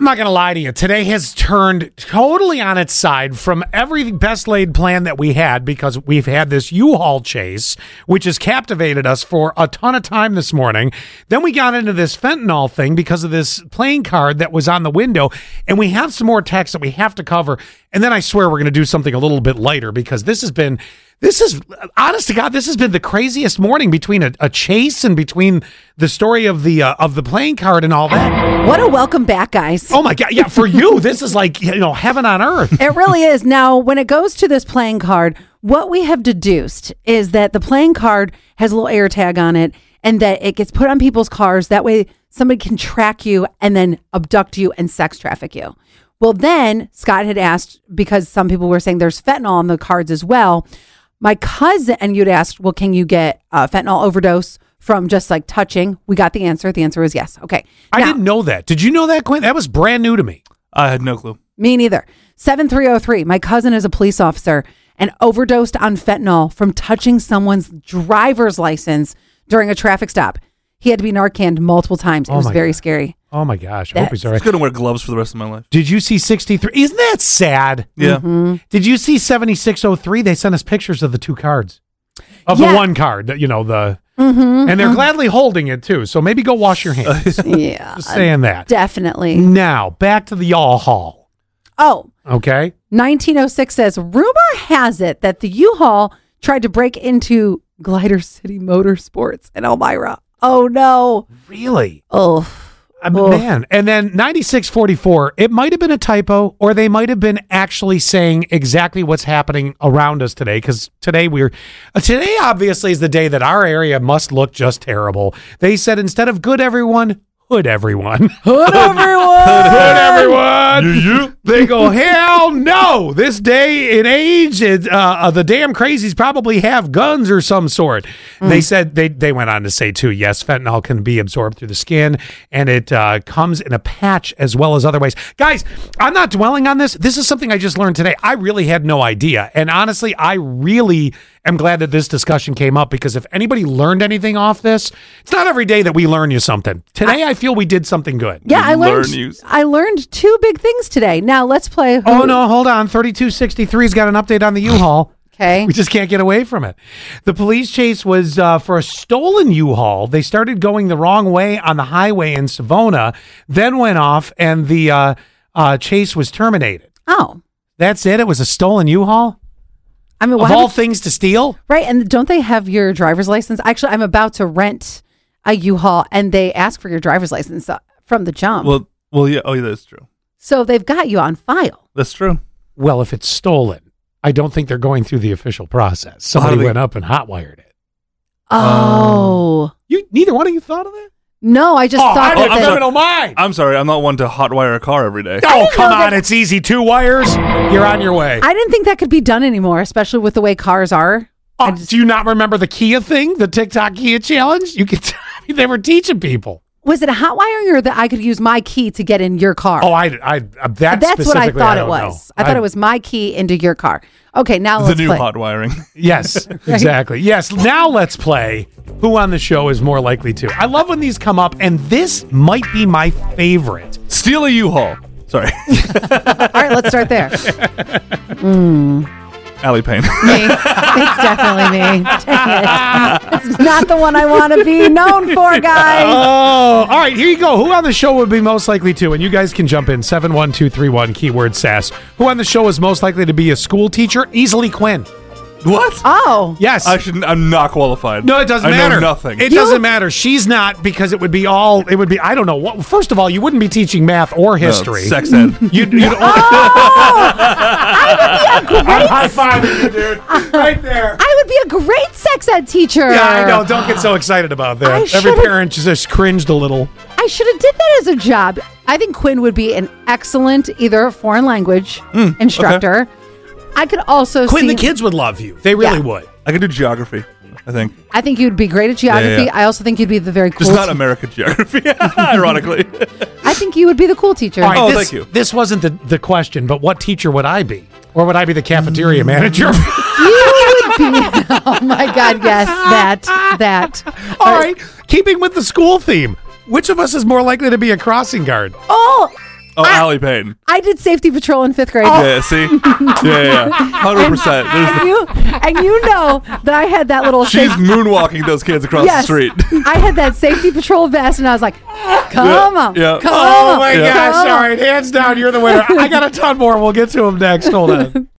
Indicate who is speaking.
Speaker 1: I'm not going to lie to you. Today has turned totally on its side from every best laid plan that we had because we've had this U-Haul chase, which has captivated us for a ton of time this morning. Then we got into this fentanyl thing because of this playing card that was on the window. And we have some more text that we have to cover. And then I swear we're going to do something a little bit lighter because this has been, this is, honest to God, this has been the craziest morning between a, a chase and between the story of the, uh, of the playing card and all that.
Speaker 2: What a welcome back, guys.
Speaker 1: Oh my god! Yeah, for you, this is like you know heaven on earth.
Speaker 2: It really is. Now, when it goes to this playing card, what we have deduced is that the playing card has a little air tag on it and that it gets put on people's cars. That way, somebody can track you and then abduct you and sex traffic you. Well, then Scott had asked because some people were saying there's fentanyl on the cards as well. My cousin, and you'd asked, well, can you get a fentanyl overdose from just like touching? We got the answer. The answer was yes. Okay.
Speaker 1: I
Speaker 2: Now-
Speaker 1: didn't know that. Did you know that, Quinn? That was brand new to me.
Speaker 3: I had no clue.
Speaker 2: Me neither. 7303. My cousin is a police officer and overdosed on fentanyl from touching someone's driver's license during a traffic stop. He had to be Narcaned multiple times. It
Speaker 1: Oh
Speaker 2: was
Speaker 1: my
Speaker 2: very
Speaker 1: God.
Speaker 2: scary.
Speaker 1: Oh my gosh! I hope he's all
Speaker 3: I
Speaker 1: right.
Speaker 3: was gonna wear gloves for the rest of my life.
Speaker 1: Did you see sixty three? Isn't that sad?
Speaker 3: Yeah.
Speaker 1: Did you see seventy six oh three? They sent us pictures of the two cards, of
Speaker 2: Yeah.
Speaker 1: the one card. that You know the, and they're gladly holding it too. So maybe go wash your hands.
Speaker 2: Yeah.
Speaker 1: Just saying that.
Speaker 2: Definitely.
Speaker 1: Now back to the y'all hall.
Speaker 2: Oh,
Speaker 1: Okay.
Speaker 2: 1906 says rumor has it that the U-Haul tried to break into Glider City Motorsports in Elmira. Oh no.
Speaker 1: Really.
Speaker 2: Oh.
Speaker 1: I mean,
Speaker 2: Oh.
Speaker 1: Man, and then 9644, it might have been a typo or they might have been actually saying exactly what's happening around us today cuz today we're uh, today obviously is the day that our area must look just terrible. They said instead of good everyone, hood everyone.
Speaker 2: Hood everyone.
Speaker 1: Hood everyone. They go, hell no! This day and age, it, uh, uh, the damn crazies probably have guns or some sort. They said they they went on to say too. Yes, fentanyl can be absorbed through the skin, and it uh, comes in a patch as well as other ways. Guys, I'm not dwelling on this. This is something I just learned today. I really had no idea, and honestly, I really am glad that this discussion came up because if anybody learned anything off this, it's not every day that we learn you something. Today, I, feel we did something good.
Speaker 2: Yeah,
Speaker 3: You
Speaker 2: I learned
Speaker 3: learn you-
Speaker 2: I learned two big things today. Now let's play Who-
Speaker 1: Oh no, hold on. 3263's got an update on the U-Haul.
Speaker 2: Okay.
Speaker 1: We just can't get away from it. The police chase was uh, for a stolen U-Haul. They started going the wrong way on the highway in Savona, then went off, and the uh, uh, chase was terminated.
Speaker 2: Oh.
Speaker 1: That's it. It was a stolen U-Haul.
Speaker 2: I mean,
Speaker 1: Of
Speaker 2: why
Speaker 1: all
Speaker 2: would-
Speaker 1: things to steal,
Speaker 2: right? And don't they have your driver's license? Actually, I'm about to rent a U-Haul, and they ask for your driver's license uh, from the jump.
Speaker 3: Well, well, yeah. Oh, yeah. That's true.
Speaker 2: so they've got you on file.
Speaker 3: That's true.
Speaker 1: well, if it's stolen, I don't think they're going through the official process.
Speaker 3: Well, how
Speaker 1: Somebody
Speaker 3: do they-
Speaker 1: went up and hotwired it. Um,
Speaker 2: Oh
Speaker 1: You neither one of you thought of that?
Speaker 2: no, I just
Speaker 1: oh,
Speaker 2: thought
Speaker 1: I'm
Speaker 2: that
Speaker 1: a
Speaker 2: they-
Speaker 3: sorry.
Speaker 1: criminal mind.
Speaker 3: I'm sorry. I'm not one to hotwire a car every day.
Speaker 1: Oh,
Speaker 2: didn't
Speaker 1: come
Speaker 2: know
Speaker 1: on.
Speaker 2: that-
Speaker 1: It's easy. Two wires. You're on your way.
Speaker 2: I didn't think that could be done anymore, especially with the way cars are.
Speaker 1: Oh, do you not remember the Kia thing, the TikTok Kia challenge? You could they were teaching people.
Speaker 2: Was it a hot wiring or that I could use my key to get in your car?
Speaker 1: Oh, I, I, uh, that
Speaker 2: That's what I
Speaker 1: specifically,
Speaker 2: thought it
Speaker 1: don't
Speaker 2: was.
Speaker 1: know.
Speaker 2: I thought it was my key into your car. Okay, now
Speaker 3: the
Speaker 2: let's
Speaker 3: new
Speaker 2: play.
Speaker 3: hot wiring.
Speaker 1: Yes, exactly. Yes. Now let's play. Who on the show is more likely to? I love when these come up, and this might be my favorite.
Speaker 3: Steal a U-Haul. Sorry,
Speaker 2: All right, let's start there.
Speaker 3: Alley Payne.
Speaker 2: me. It's definitely me. Dang it. It's not the one I want to be known for, guys.
Speaker 1: Oh, all right. Here you go. Who on the show would be most likely to? And you guys can jump in seven one two three one keyword sass. Who on the show is most likely to be a school teacher? Easily Quinn.
Speaker 3: what?
Speaker 2: Oh,
Speaker 1: Yes.
Speaker 3: I shouldn't. I'm not qualified.
Speaker 1: No, it doesn't
Speaker 3: I
Speaker 1: matter.
Speaker 3: Know nothing.
Speaker 1: It doesn't matter. She's not because it would be all. It would be. I don't know. What, first of all, you wouldn't be teaching math or
Speaker 3: No,
Speaker 1: history.
Speaker 3: Oh, sex ed.
Speaker 1: You'd, you'd only,
Speaker 2: Oh,
Speaker 1: I'm high fiving you, dude. Right there.
Speaker 2: I would be a great sex ed teacher.
Speaker 1: Yeah, I know. Don't get so excited about that.
Speaker 2: I
Speaker 1: Every
Speaker 2: should've-
Speaker 1: parent just cringed a little.
Speaker 2: I should have did that as a job. I think Quinn would be an excellent either foreign language instructor. I could also
Speaker 1: Mm, Quinn,
Speaker 2: see,
Speaker 1: the kids would love you. They really
Speaker 2: Yeah.
Speaker 1: would.
Speaker 3: I could do geography. I think
Speaker 2: I think you'd be great at geography.
Speaker 3: yeah.
Speaker 2: I also think you'd be the very cool.
Speaker 3: just not
Speaker 2: te-
Speaker 3: American geography. Ironically,
Speaker 2: I think you would be the cool teacher.
Speaker 1: All right,
Speaker 3: Oh,
Speaker 1: this,
Speaker 3: thank you.
Speaker 1: This wasn't the, the question, but what teacher would I be? Or would I be the
Speaker 2: Mm.
Speaker 1: cafeteria manager?
Speaker 2: You would be. Oh my God! Yes, that that.
Speaker 1: all right. Keeping with the school theme, which of us is more likely to be a crossing guard?
Speaker 2: Oh,
Speaker 3: Oh, Allie Payton.
Speaker 2: I did safety patrol in fifth grade.
Speaker 3: Yeah, see? Yeah, yeah, hundred percent. There's
Speaker 2: And
Speaker 3: the,
Speaker 2: you and you know that I had that little
Speaker 3: she's
Speaker 2: safety-
Speaker 3: moonwalking those kids across the
Speaker 2: yes,
Speaker 3: street.
Speaker 2: I had that safety patrol vest, and I was like, "Come on,
Speaker 3: yeah.
Speaker 2: come
Speaker 1: Oh
Speaker 2: on,
Speaker 1: my
Speaker 2: come
Speaker 1: gosh!
Speaker 2: on."
Speaker 1: All right, hands down, you're the winner. I got a ton more. We'll get to them next. Hold on.